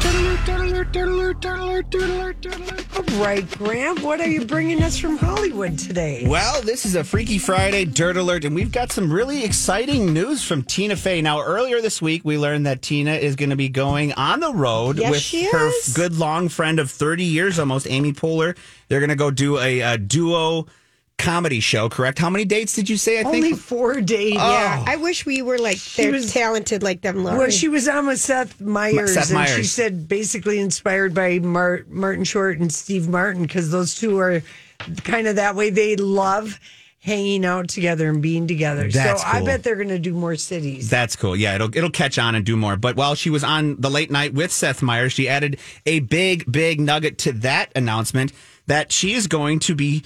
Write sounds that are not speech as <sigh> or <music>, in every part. All right, Graham, what are you bringing us from Hollywood today? Well, this is a Freaky Friday Dirt Alert, and we've got some really exciting news from Tina Fey. Now, earlier this week, we learned that Tina is going to be going on the road Yes, with she her is. good long friend of 30 years almost, Amy Poehler. They're going to go do a, uh duo comedy show, correct? How many dates did you say? I Only think. Oh. four days. Yeah, I wish we were like they're Oh. was- talented like them, Lori. Well, she was on with Seth Meyers, Seth and she Meyers. said basically inspired by Mar- Martin Short and Steve Martin because those two are kind of that way. They love hanging out together and being together. That's so I cool. bet they're going to do more cities. That's cool. Yeah, it'll it'll catch on and do more. But while she was on the late night with Seth Meyers, she added a big big nugget to that announcement that she is going to be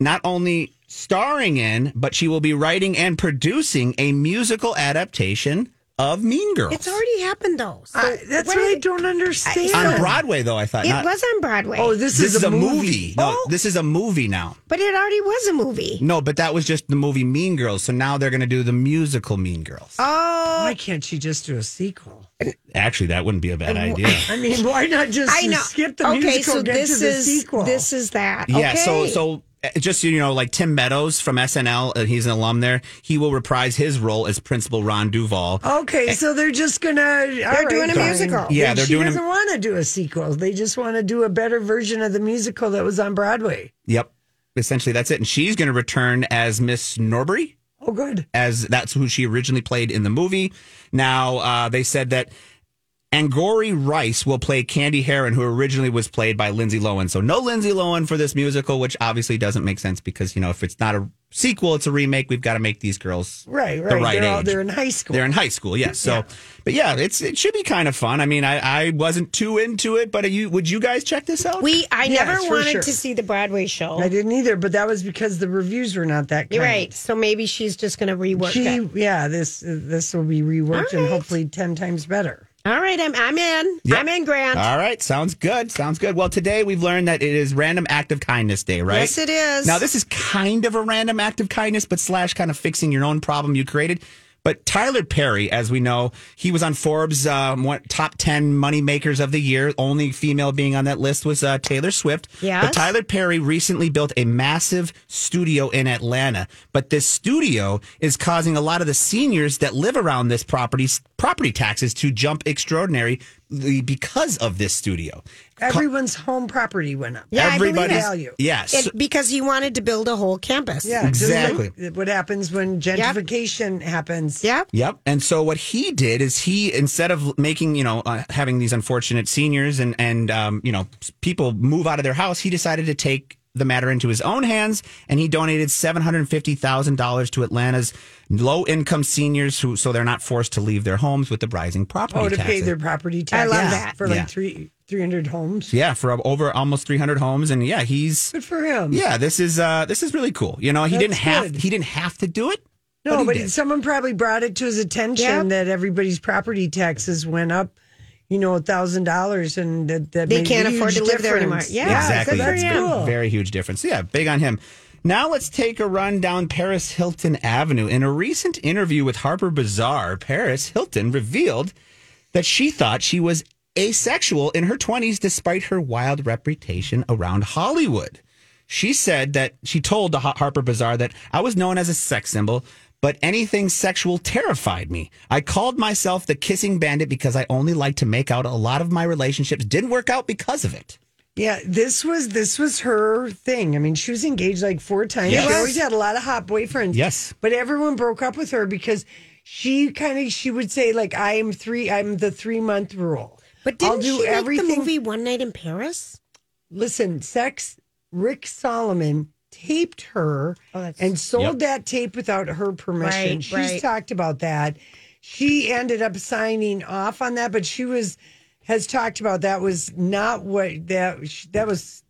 not only starring in, but she will be writing and producing a musical adaptation of Mean Girls. it's already happened though. So I- that's what what I is- don't understand. on Broadway though, I thought. It not- was on Broadway. Oh, this, this is a movie. No, Oh. this is a movie now. but it already was a movie. No, but that was just the movie Mean Girls. So now they're going to do the musical Mean Girls. Oh, Why can't she just do a sequel? Actually, that wouldldn't be a bad idea. <laughs> I <laughs> mean, why not just I know. skip the okay, musical, so get this to the is sequel? this is that. Yeah, so Okay. so uh, just so you know, like Tim Meadows from SNL, uh, he's an alum there. He will reprise his role as Principal Ron Duvall. Okay, so they're just gonna. They're doing a musical. Yeah, they're she doing a- doesn't want to do a sequel. They just want to do a better version of the musical that was on Broadway. Yep, essentially that's it. And she's going to return as Miss Norbury, Oh, good. as that's who she originally played in the movie. Now uh, they said that. Angori Rice will play Candy Heron, who originally was played by Lindsay Lohan. So no Lindsay Lohan for this musical, which obviously doesn't make sense because you know if it's not a sequel, it's a remake. We've got to make these girls Right, right. the right they're, all- age. they're in high school. They're in high school, yes. So, but yeah, it's it should be kind of fun. I mean, I, I wasn't too into it, but are you would you guys check this out? we I Yes, never for wanted sure. to see the Broadway show. I didn't either, but that was because the reviews were not that. Kind. You're right. So maybe she's just going to rework She, it. yeah, this this will be reworked and hopefully ten times better. All right, I'm I'm in. I'm in, Grant. All right, sounds good. Sounds good. Well, today we've learned that it is Random Act of Kindness Day, right? Yes, it is. Now, this is kind of a random act of kindness, but slash kind of fixing your own problem you created. But Tyler Perry, as we know, he was on Forbes' um, what, top 10 money makers of the year. Only female being on that list was uh, Taylor Swift. Yes. But Tyler Perry recently built a massive studio in Atlanta. But this studio is causing a lot of the seniors that live around this property, property taxes to jump extraordinarily because of this studio. Everyone's home property went up. Yeah, I believe Everybody's- it. Value. Yes. And because he wanted to build a whole campus. Yeah, just Exactly. like what happens when gentrification happens? Yep. Yep. And so what he did is he instead of making you know uh, having these unfortunate seniors and and um, you know s- people move out of their house, he decided to take the matter into his own hands and he donated $750,000 to Atlanta's low income seniors who so they're not forced to leave their homes with the rising property Oh, to taxes. pay their property I tax. love that. for like Yeah. three three hundred homes. yeah, for over almost 300 homes and yeah, he's Good for him. yeah, this is uh this is really cool. You know, he That's didn't have good. he didn't have to do it. No, but, he did. someone probably brought it to his attention Yep. that everybody's property taxes went up, you know, a thousand dollars, and that, that They made a can't huge afford to live there anymore. difference. Yeah, exactly. good for That's That's him. cool. Very huge difference. Yeah, big on him. Now let's take a run down Paris Hilton Avenue. In a recent interview with Harper Bazaar, Paris Hilton revealed that she thought she was asexual in her 20s despite her wild reputation around Hollywood. She said that she told the Ha- Harper Bazaar that I was known as a sex symbol, but anything sexual terrified me. I called myself the kissing bandit because I only like to make out. A lot of my relationships didn't work out because of it. Yeah, this was this was her thing. I mean, she was engaged like four times. Yes. She always had a lot of hot boyfriends. Yes. but everyone broke up with her because she kind of she would say like I am three. I'm the three month rule. But didn't I'll do she make everything. the movie One Night in Paris? Listen, sex. Rick Solomon taped her Oh, that's- and sold Yep. that tape without her permission. Right, She's right. talked about that. She ended up signing off on that, but she was has talked about that was not what that that was.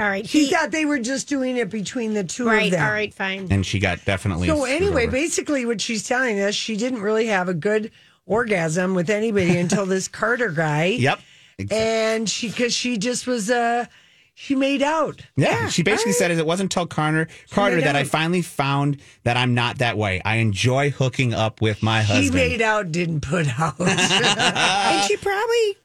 All right. She he- thought they were just doing it between the two of right. them. All right. Fine. And she got definitely. So screwed anyway, over. basically, what she's telling us, she didn't really have a good orgasm with anybody until this Carter guy. Yep. Ex- And she, because she just was, uh, she made out. Yeah, she basically said it wasn't until Carter Carter made that I out. finally found that I'm not that way. I enjoy hooking up with my She husband. made out, didn't put out, and she probably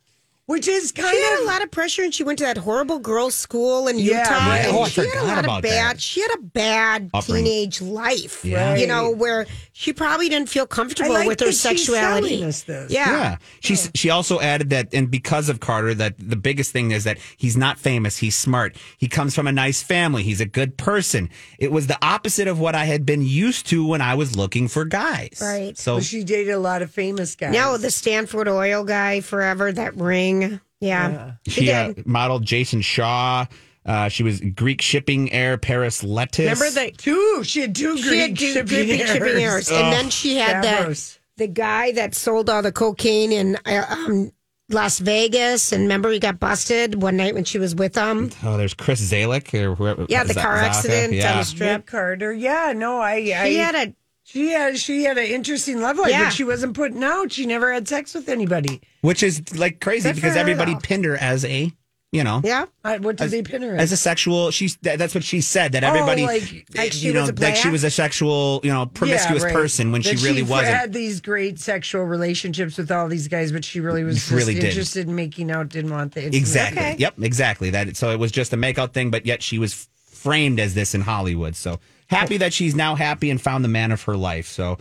which is she kind had a of lot of pressure, and she went to that horrible girls' school in Yeah, Utah. right. and Oh, I she had a forgot lot of about bad. that. She had a bad Upbringing. teenage life. Yeah. You know where she probably didn't feel comfortable I like with her that she's sexuality. telling us this. Yeah. Yeah. She she also added that and because of Carter that the biggest thing is that he's not famous, he's smart. He comes from a nice family, he's a good person. It was the opposite of what I had been used to when I was looking for guys. Right. So Well, she dated a lot of famous guys. No, the Stanford oil guy forever, that ring. Yeah. she uh, modeled Jason Shaw. Uh, she was Greek shipping heir Paris Lettuce. Remember the two. She had two she had Greek do- shipping Greek shipping errors. And then she had Davros. that the guy that sold all the cocaine in uh, um, Las Vegas and remember he got busted one night when she was with him. Oh, there's Chris Zalek or whoever. Yeah, the Za- car Zaka. accident um, on Yeah. the Nick strip. Carter. Yeah, no, I. I He had a She had she had an interesting love life, Yeah. but she wasn't putting out. She never had sex with anybody. Which is like crazy Good for because her, everybody though. pinned her as a, you know, yeah. I, what did they pin her as as? a sexual. She's that, that's what she said that Oh, everybody, eh, like- like she you know, was a like she player? was a sexual, you know, promiscuous person when That she really f- wasn't. Had these great sexual relationships with all these guys, but she really was just Really didn't. interested in making out. Didn't want the intimacy. exactly. Yep. Exactly. That. So it was just a makeout thing, but yet she was framed as this in Hollywood. So happy that she's now happy and found the man of her life. So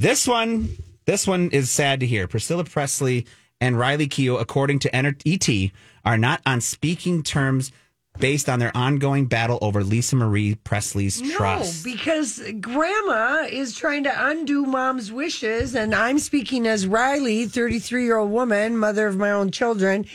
this one, this one is sad to hear. Priscilla Presley and Riley Keough, according to Enter- ET, are not on speaking terms based on their ongoing battle over Lisa Marie Presley's trust. No, Oh, because grandma is trying to undo mom's wishes. And I'm speaking as Riley, 33 year old woman, mother of my own children,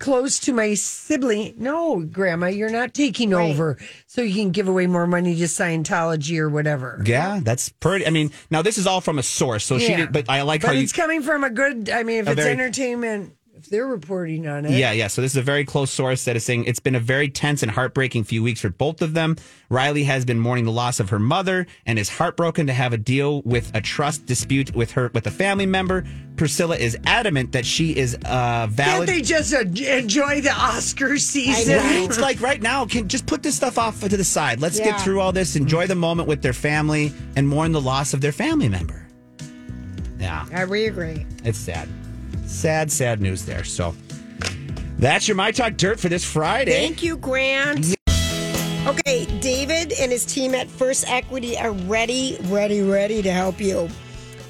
close to my sibling. No, grandma, you're not taking over so you can give away more money to Scientology or whatever. yeah, that's pretty. I mean, now this is all from a source, so she Yeah. did. But I like But how you. it's coming from a good, I mean, if A it's very- entertainment, if they're reporting on it. Yeah, yeah. So this is a very close source that is saying it's been a very tense and heartbreaking few weeks for both of them. Riley has been mourning the loss of her mother and is heartbroken to have a deal with a trust dispute with her with a family member. Priscilla is adamant that she is uh, Can't valid. they just uh, enjoy the Oscar season? Right? like right now, can just put this stuff off to the side. Let's Yeah. get through all this, enjoy the moment with their family, and mourn the loss of their family member. Yeah. I we agree. It's sad. Sad, sad news there. So that's your My Talk Dirt for this Friday. Thank you, Grant. Okay, David and his team at First Equity are ready, ready, ready to help you.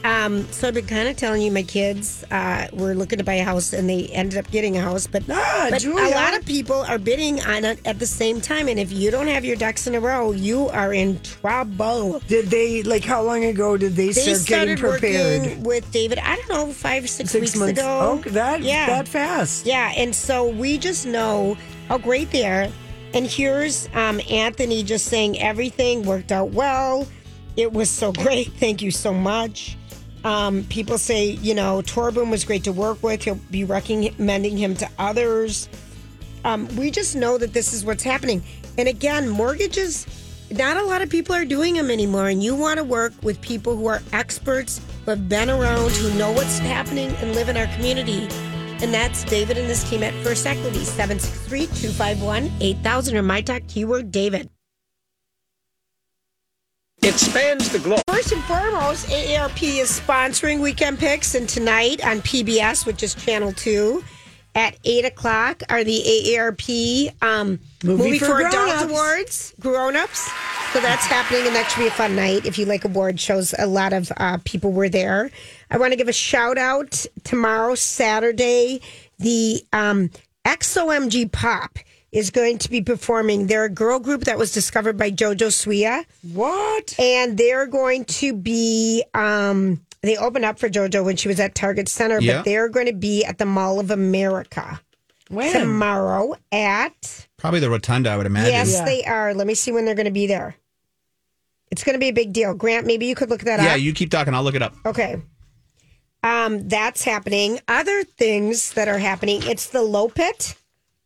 Um, so I've been kind of telling you, my kids uh, were looking to buy a house, and they ended up getting a house. But, Ah, but a Julia. lot of people are bidding on it at the same time, and if you don't have your ducks in a row, you are in trouble. <laughs> Did they, like, how long ago did they, They start getting started prepared? working with David. I don't know, five, six, six weeks months. ago. Oh, that Yeah. that fast. Yeah, and so we just know how great they are. And here's um, Anthony just saying everything worked out well. It was so <laughs> great. Thank you so much. Um, people say, you know, Torben was great to work with. He'll be recommending him to others. Um, we just know that this is what's happening. And again, mortgages, not a lot of people are doing them anymore. And you want to work with people who are experts, who have been around, who know what's happening and live in our community. And that's David and his team at First Equity, 763 251 8000 or my talk keyword David. It spans the globe. First and foremost, AARP is sponsoring Weekend Picks, and tonight on PBS, which is Channel 2, at 8 o'clock are the AARP um, Movie, for for, Adults Grown-Ups. Awards, Grown Ups. So that's happening, and that should be a fun night. If you like award shows, a lot of uh, people were there. I want to give a shout out tomorrow, Saturday, the um, XOMG Pop is going to be performing. They're a girl group that was discovered by JoJo Suya What? and they're going to be um They opened up for JoJo when she was at Target Center, Yeah. but they're going to be at the Mall of America When? tomorrow at. Probably the rotunda, I would imagine. Yes, Yeah. they are. Let me see when they're going to be there. It's going to be a big deal. Grant, maybe you could look that Yeah, up. you keep talking. I'll look it up. okay. Um, that's happening. Other things that are happening, it's the Lopit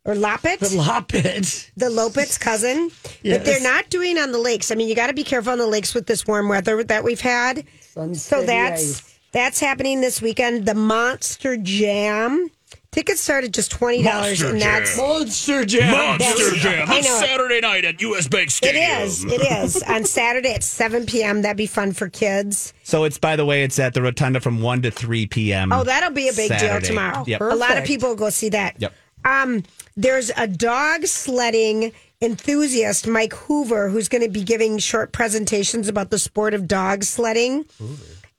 or Lopit, The Loppet. the Lopit's cousin that they're Yes. not doing on the lakes. I mean, you got to be careful on the lakes with this warm weather that we've had. so City that's Ice. that's happening this weekend. The Monster Jam tickets start at just twenty dollars, Monster and that's Monster Jam. Monster Yes. Jam I on know it. Saturday night at US Bank It Stadium. is. It is on Saturday at seven p.m. That'd be fun for kids. So it's by the way, it's at the rotunda from one to three p.m. Oh, that'll be a big Saturday. deal tomorrow. Yep. A lot of Perfect. people will go see that. Yep. Um, there's a dog sledding enthusiast, Mike Hoover, who's going to be giving short presentations about the sport of dog sledding,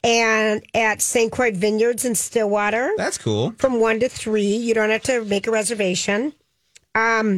and at St. Croix Vineyards in Stillwater That's cool. from one to three. You don't have to make a reservation. Um,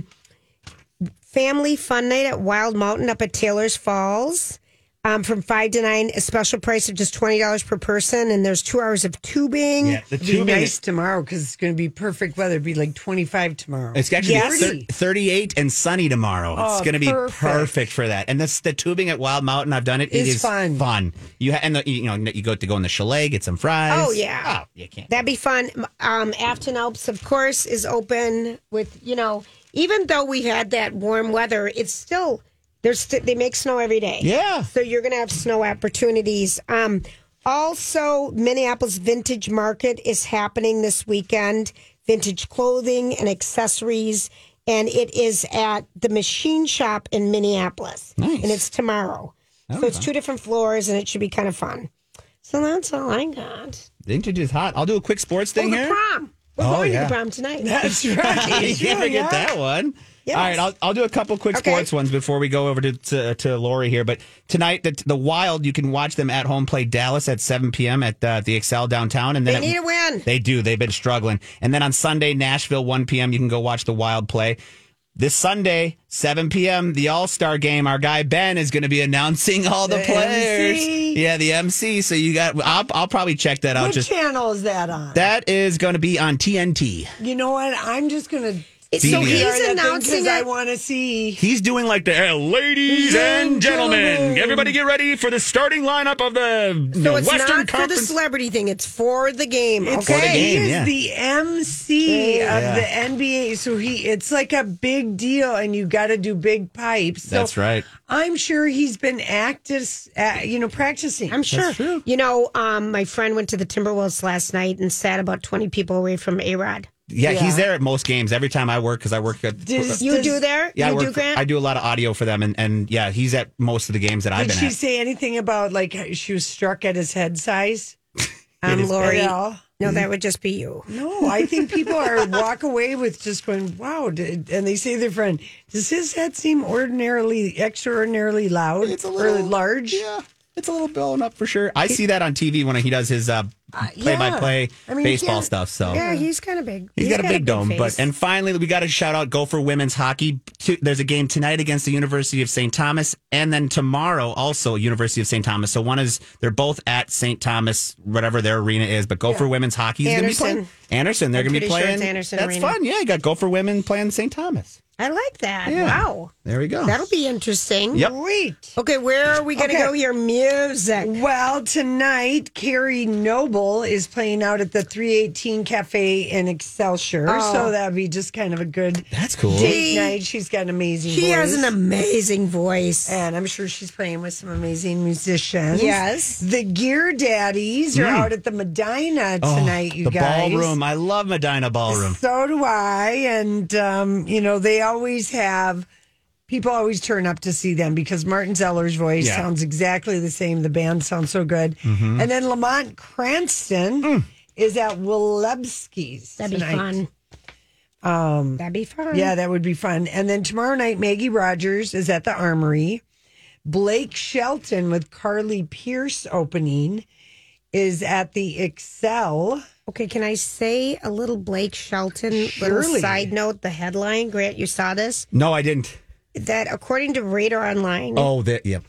family fun night at Wild Mountain up at Taylor's Falls. Um, from five to nine, a special price of just twenty dollars per person, and there's two hours of tubing. Yeah, the It'd be two nice minutes. tomorrow because it's going to be perfect weather. It'd be like 25 tomorrow. It's actually Yes. thir- 38 and sunny tomorrow. Oh, it's going to be perfect. perfect. for that. And this the tubing at Wild Mountain. I've done it. it It's is fun. Fun. You ha- and the, you know you go to go in the chalet, get some fries. Oh, yeah. Oh, you can't. That'd be fun. Um, Afton Alps, of course, is open with, you know, even though we've had that warm weather, it's still, there's st- they make snow every day. Yeah. So you're going to have snow opportunities. Um, also, Minneapolis Vintage Market is happening this weekend. Vintage clothing and accessories. And it is at the machine shop in Minneapolis. Nice. And it's tomorrow. So it's two different floors and it should be kind of fun. So that's all I got. Vintage is hot. I'll do a quick sports Oh, thing the here. prom. We're Oh, going yeah. to the prom tonight. <laughs> That's right. <laughs> you can't forget that one. Yes. All right, I'll, I'll do a couple quick Okay. sports ones before we go over to, to, to Lori here. But tonight, the, the Wild, you can watch them at home play Dallas at 7 p.m. at uh, the Excel downtown. And then at- They need a win. They do. They've been struggling. And then on Sunday, Nashville, 1 p.m., you can go watch the Wild play. This Sunday, 7 p.m., the All Star game. Our guy Ben is going to be announcing all the, The players. MC. Yeah, the MC. So you got, I'll, I'll probably check that out. What Just channel is that on? that is going to be on TNT. you know what? I'm just going to. So he's announcing I it- want to see. He's doing like the "Eh, ladies and gentlemen, Gentlemen." everybody get ready for the starting lineup of the you know, So it's Western not for the Conference. celebrity thing. It's for the game. It's For the okay. game, he is yeah. the MC Yeah. of the NBA, so he it's like a big deal, and you got to do big pipes. So That's right. I'm sure he's been active, uh, you know, practicing. I'm sure. You know, um, my friend went to the Timberwolves last night and sat about 20 people away from A Rod. yeah, Yeah. he's there at most games. Every time I work because I work at. Does- You does- do there? yeah, I, you work for- do, Grant? I do a lot of audio for them, and, and yeah, he's at most of the games that Did I've been she at. say anything about like uh, she was struck at his head size? I'm Lori. At all? No, that would just be you. No, I think people <laughs> are walk away with just going, "Wow!" did-" and they say to their friend, "Does his head seem ordinarily, extraordinarily loud It's a or little- large?" Yeah, it's a little blown up for sure. I see that on TV when he does his uh, play-by-play I mean, you baseball can't- stuff. So Yeah, he's kind of big. He's got, a big dome, face. but and finally we got to shout out Gopher women's hockey. Two- There's a game tonight against the University of St. Thomas, and then tomorrow also University of St. Thomas. So one is they're both at St. Thomas, whatever their arena is. But Gopher women's hockey is going to be Anderson. playing Anderson. They're I'm going to be pretty sure it's playing Anderson That's Arena. fun. Yeah, you got Gopher women playing St. Thomas. I like that. Yeah. Wow. There we go. That'll be interesting. Yep. Wait. Okay, where are we going to Okay. go? Your music. Well, tonight Carrie Noble is playing out at the 318 Cafe in Excelsior, Oh. so that'd be just kind of a good that's cool. date night. She's got an amazing. She voice. has an amazing voice. and I'm sure she's playing with some amazing musicians. Yes. Mm. the Gear Daddies are out at the Medina Oh, tonight. you the guys, ballroom. I love Medina ballroom. So do I. And, um, you know, they always have people always turn up to see them because Martin Zeller's voice Yeah. sounds exactly the same. The band sounds so good. And then Lamont Cranston is at Willebski's. That'd be tonight. fun. Um, That'd be fun. Yeah, that would be fun. And then tomorrow night, Maggie Rogers is at the Armory. Blake Shelton with Carly Pierce opening is at the Excel. Okay, can I say a little Blake Shelton little Surely. side note? The headline, Grant, you saw this No, I didn't. that according to Radar Online, Oh, that yep.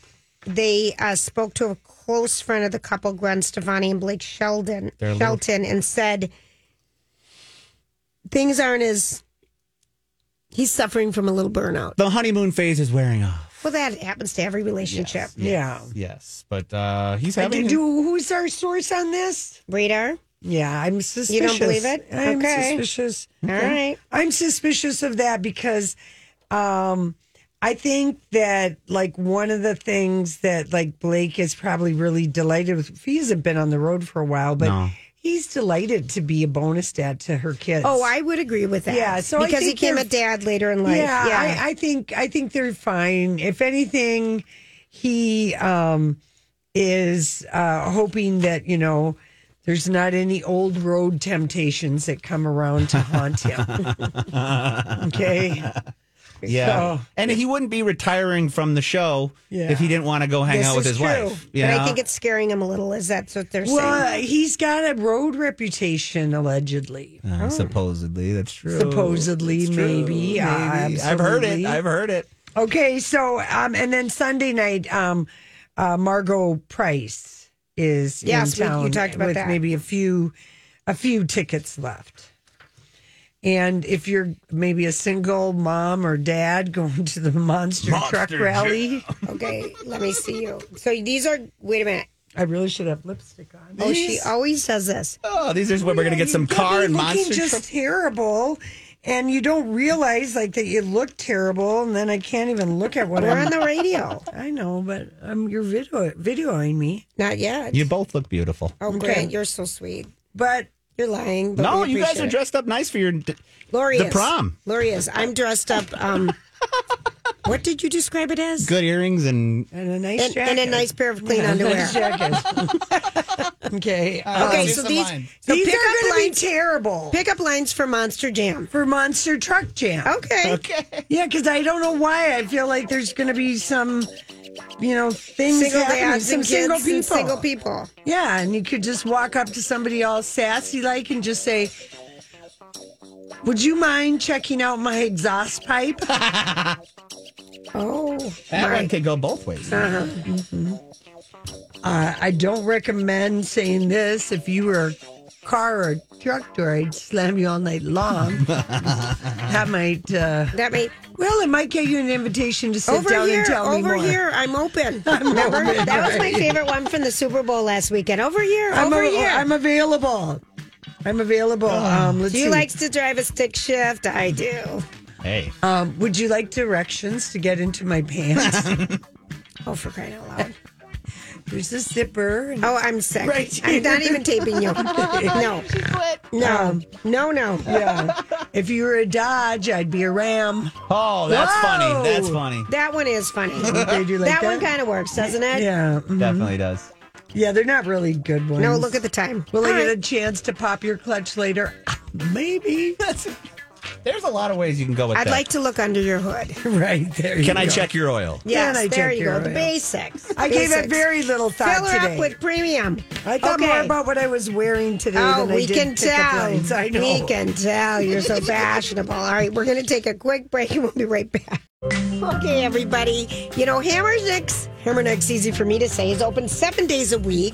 they uh, spoke to a close friend of the couple, Gwen Stefani and Blake Sheldon, They're a little- Shelton, and said things aren't as he's suffering from a little burnout. The honeymoon phase is wearing off. Well, that happens to every relationship. Yeah. Yes, but uh, he's But having. do, who's our source on this? Radar. Yeah, I'm suspicious. believe it? I'm Okay. suspicious. All right. I'm suspicious of that because um, I think that like one of the things that like Blake is probably really delighted with. He hasn't been on the road for a while, but No. he's delighted to be a bonus dad to her kids. Oh, I would agree with that. Yeah, so I because he think came they're- a dad later in life. yeah, I, I think I think they're fine. If anything, he um, is uh, hoping that you know there's not any old road temptations that come around to haunt him. okay, yeah, so- and he wouldn't be retiring from the show Yeah. if he didn't want to go hang This out with is his true. wife. you but know? I think it's scaring him a little. Is that what they're well, saying? he's got a road reputation allegedly. Uh, supposedly, that's true. Supposedly, That's true. maybe, yeah, I've heard it. absolutely. I've heard it. Okay, so um, and then Sunday night, um, uh, Margot Price is Yes, in we- you town talked about with that. maybe a few, a few tickets left. And if you're maybe a single mom or dad <laughs> going to the monster, truck rally, Okay, let me see you. So these are. Wait a minute. I really should have lipstick on. Oh, she always does this. Oh, these are what we're gonna get some Yeah, car you're and looking monster. just truck- terrible, and you don't realize like that you look terrible, and then I can't even look at what We're I'm. on the radio. <laughs> I know, but um, you're video videoing me. Not yet. you both look beautiful. oh, Grant, you're so sweet. But You're lying. But no, we you guys appreciate are it. dressed up nice for your. d- Lori the is. prom. Lori is. I'm dressed up. Um, what did you describe it as? Good earrings and and a nice And, jacket. and a nice pair of clean underwear. Nice <laughs> jacket. okay. uh, Okay, Here's so the these line. so these pickup are going to be lines terrible pickup lines for Monster Jam. for Monster Truck Jam. Okay. Yeah, because I don't know why I feel like there's going to be some, you know, things Single happening. dads some and kids single and people. single people. Yeah, and you could just walk up to somebody all sassy like and just say. Would you mind checking out my exhaust pipe? Oh, that one could go both ways. Uh, I don't recommend saying this. If you were a car or truck driver, I'd slam you all night long. that might, uh, that may well, it might get you an invitation to sit over down here. and tell me Over more. here, I'm <laughs> open. Remember that was my favorite one from the Super Bowl last weekend. Over here, I'm, over av- here. I'm available. I'm available. Um, let's do you see. like to drive a stick shift? I do. Hey, um, would you like directions to get into my <laughs> pants? Oh, for crying out loud! There's a zipper. and- Oh, I'm sick. Right. I'm not even taping <laughs> you. No, no, no, no. Um, Yeah. if you were a Dodge, I'd be a Ram. oh, that's Whoa! Mm-hmm. funny. That's funny. That one is funny. They do like that that. one kind of works, doesn't it? yeah. mm. Definitely does. Yeah, they're not really good ones. No, look at the time. Will I All get a right. chance to pop your clutch later? <laughs> Maybe. <laughs> That's. There's a lot of ways you can go with I'd that. like to look under your hood. <laughs> Right there. Can you I go. check your oil? Yes, I there check you your go. The oil? basics. I gave Basics. it very little thought Fill her today. up with premium. I thought Okay. more about what I was wearing today Oh, than I we did can pickup tell. lines. I know. We can tell. <laughs> You're so fashionable. All right, we're going to take a quick break <laughs> and we'll be right back. Okay, everybody. You know, Hammernicks, Hammernicks, easy for me to say, is open seven days a week.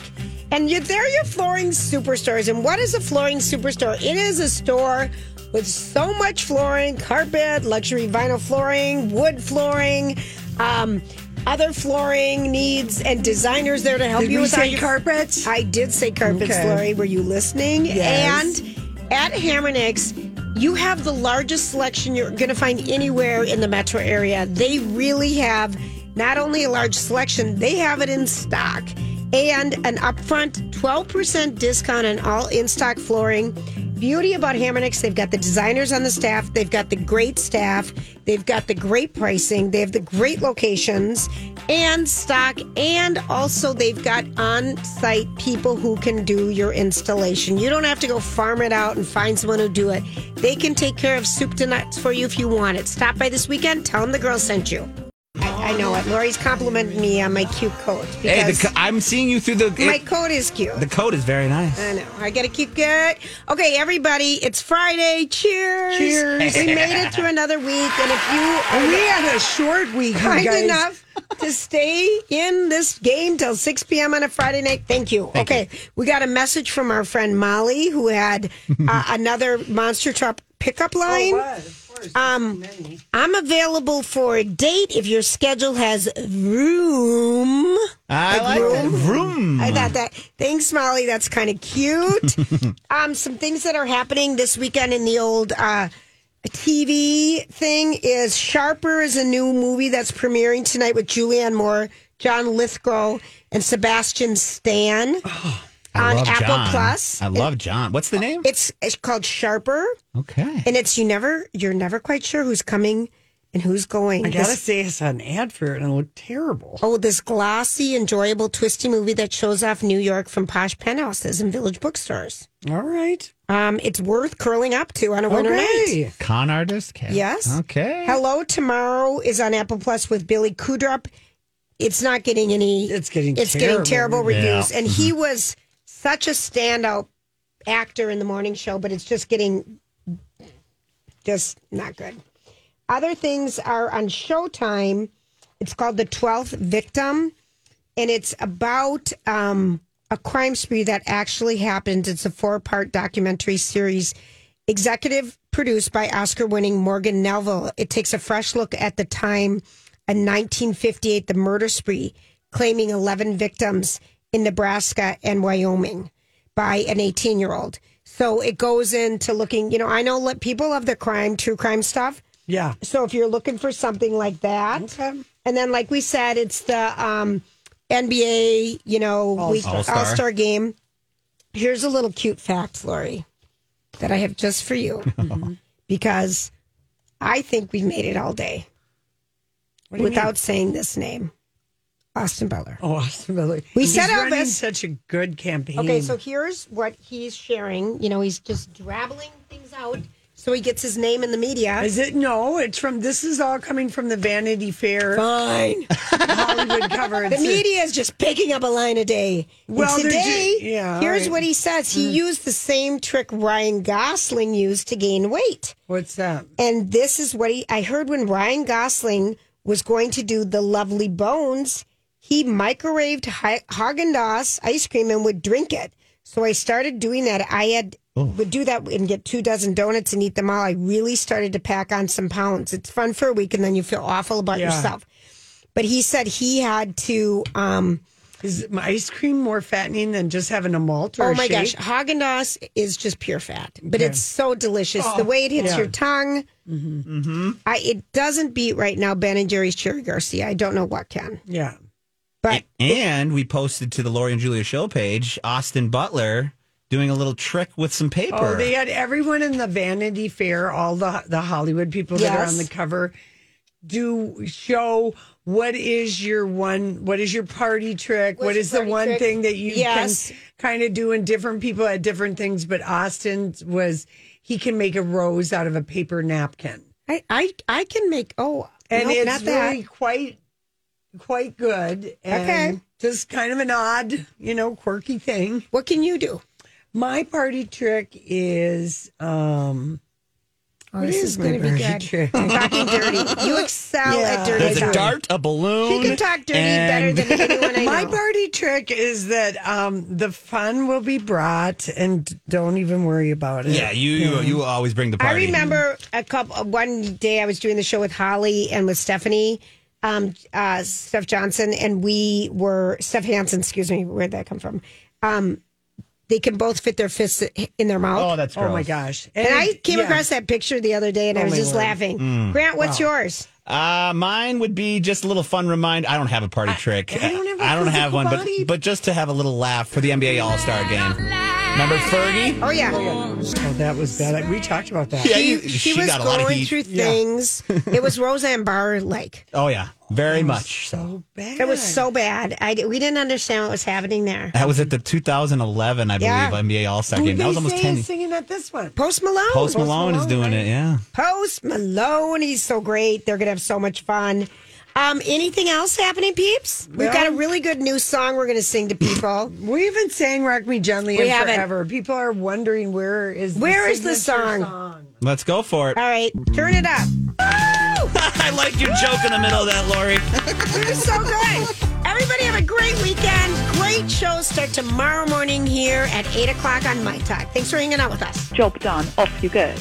And you, they're your flooring superstores. And what is a flooring superstore? It is a store with so much flooring, carpet, luxury vinyl flooring, wood flooring, um, other flooring needs, and designers there to help Did you we with all say your- carpets? I did say carpets, Okay. Lori. Were you listening? Yes. And at Hammernix, you have the largest selection you're going to find anywhere in the metro area. They really have not only a large selection, they have it in stock and an upfront 12% discount on all in stock flooring. Beauty about Hammernix, they've got the designers on the staff, they've got the great staff, they've got the great pricing, they have the great locations and stock, and also they've got on site people who can do your installation. You don't have to go farm it out and find someone to do it. They can take care of soup to nuts for you if you want it. Stop by this weekend, tell them the girl sent you. I know it. Lori's complimenting me on my cute coat Hey, because the, co- I'm seeing you through the. my it- coat is cute. the coat is very nice. I know. I gotta keep good. Okay, everybody, it's Friday. Cheers. Cheers. We made it through another week, and if you And are we had a short week, you kind guys. enough to stay in this game till 6 p.m. on a Friday night. Thank you. okay. We got a message from our friend Molly, who had <laughs> uh, another monster truck Oh, pickup line. um, I'm available for a date if your schedule has room. I like it. Vroom. I thought that. Thanks, Molly. That's kind of cute. um, some things that are happening this weekend in the old uh, TV thing is Sharper is a new movie that's premiering tonight with Julianne Moore, John Lithgow, and Sebastian Stan on Apple John. Plus. I love John. What's the name? It's it's called Sharper, okay. and it's you never you're never quite sure who's coming and who's going. I gotta This- say, I saw an ad for it and it looked terrible. Oh, this glossy, enjoyable, twisty movie that shows off New York from posh penthouses and village bookstores. All right. Um, it's worth curling up to on a winter night. Okay. Con artist? Okay. Yes. Okay. Hello Tomorrow is on Apple Plus with Billy Kudrup. It's not getting any. It's getting it's getting terrible terrible reviews, Yeah. and he was such a standout actor in the morning show, but it's just getting just not good. Other things are on Showtime. It's called The Twelfth Victim, and it's about um, a crime spree that actually happened. It's a four-part documentary series, executive produced by Oscar-winning Morgan Neville. It takes a fresh look at the time in 1958, the murder spree, claiming 11 victims in Nebraska and Wyoming by an 18 year old. So it goes into looking, you know, I know let people love the crime, true crime stuff. Yeah. So if you're looking for something like that, Okay. and then like we said, it's the um, NBA, you know, week All-Star. All Star game. Here's a little cute fact, Lori, that I have just for you, because I think we made it all day without saying this name, Austin Butler. Oh, Austin Butler. We He's set up running this- such a good campaign. Okay, so here's what he's sharing. You know, he's just drabbling things out so he gets his name in the media. Is it no? It's from. This is all coming from the Vanity Fair Fine. <laughs> Hollywood cover. The It's- media is just picking up a line a day. And Well, they're today, ju- yeah, Mm. all here's right. what he says. He used the same trick Ryan Gosling used to gain weight. What's that? And this is what he I heard when Ryan Gosling was going to do the lovely bones, he microwaved Haagen Dazs ice cream and would drink it. So I started doing that. I had would do that and get two dozen donuts and eat them all. I really started to pack on some pounds. It's fun for a week and then you feel awful about Yeah. yourself. But he said he had to um, Is my ice cream more fattening than just having a malt or Oh a my shake? gosh, Haagen Dazs is just pure fat, but it's so delicious. the way it hits Oh. yeah. Mm-hmm. your tongue, I it doesn't beat right now Ben and Jerry's Cherry Garcia. I don't know what can, Yeah. but and we posted to the Lori and Julia show page Austin Butler doing a little trick with some paper. Oh, they had everyone in the Vanity Fair, all the the Hollywood people that are Yes. on the cover, do show what is your one, what is your party trick, What's what your is the party one trick? thing that you Yes. can kind of do, and different people had different things. But Austin's was he can make a rose out of a paper napkin, I I, I can make oh and nope, it's not that. really quite quite good. And Okay. just kind of an odd, you know, quirky thing. What can you do? My party trick is um Oh, what this is my gonna be party good. trick? Talking <laughs> dirty, you excel at dirty. There's a talk. dart, a balloon. She can talk dirty and- better than <laughs> anyone <laughs> I know. My party trick is that um the fun will be brought and d- don't even worry about it. Yeah, you, you you always bring the I party. remember a couple one day I was doing the show with Holly and with Stephanie, um, uh, Steph Johnson, and we were Steph Hansen. Excuse me, where'd that come from? Um, they can both fit their fists in their mouth. Oh, that's Oh gross. Oh my gosh. and I came yeah. across that picture the other day, and I was my just word. laughing. Mm. Grant, what's yours? Uh, mine would be just a little fun remind. I don't have a party trick. I don't have a I don't have physical one, but body. but just to have a little laugh for the NBA All Star game. Remember Fergie? Oh yeah, Oh, that was bad. We talked about that. Yeah, She- you- she, she was got a lot of going heat. through things. it was Roseanne Barr like. Oh yeah, very much. So So bad. It was so bad. I di- we didn't understand what was happening there. that was at the 2011, I believe, Yeah. NBA All Star Who game. That they was almost say 10. is singing at this one. Post Malone. Post Malone is Malone, doing right? it. Yeah. Post Malone. He's so great. They're going to have so much fun. Um, anything else happening, peeps? We've got a really good new song we're going to sing to people. We haven't sang "Rock Me Gently" We in haven't. forever. People are wondering where is Where is the signature song? Let's go for it. <laughs> All right, turn it up. I like your joke in the middle of that, Lori. You're so good. Everybody have a great weekend. Great shows start tomorrow morning here at 8 o'clock on My Talk. Thanks for hanging out with us. Job done. Off you go.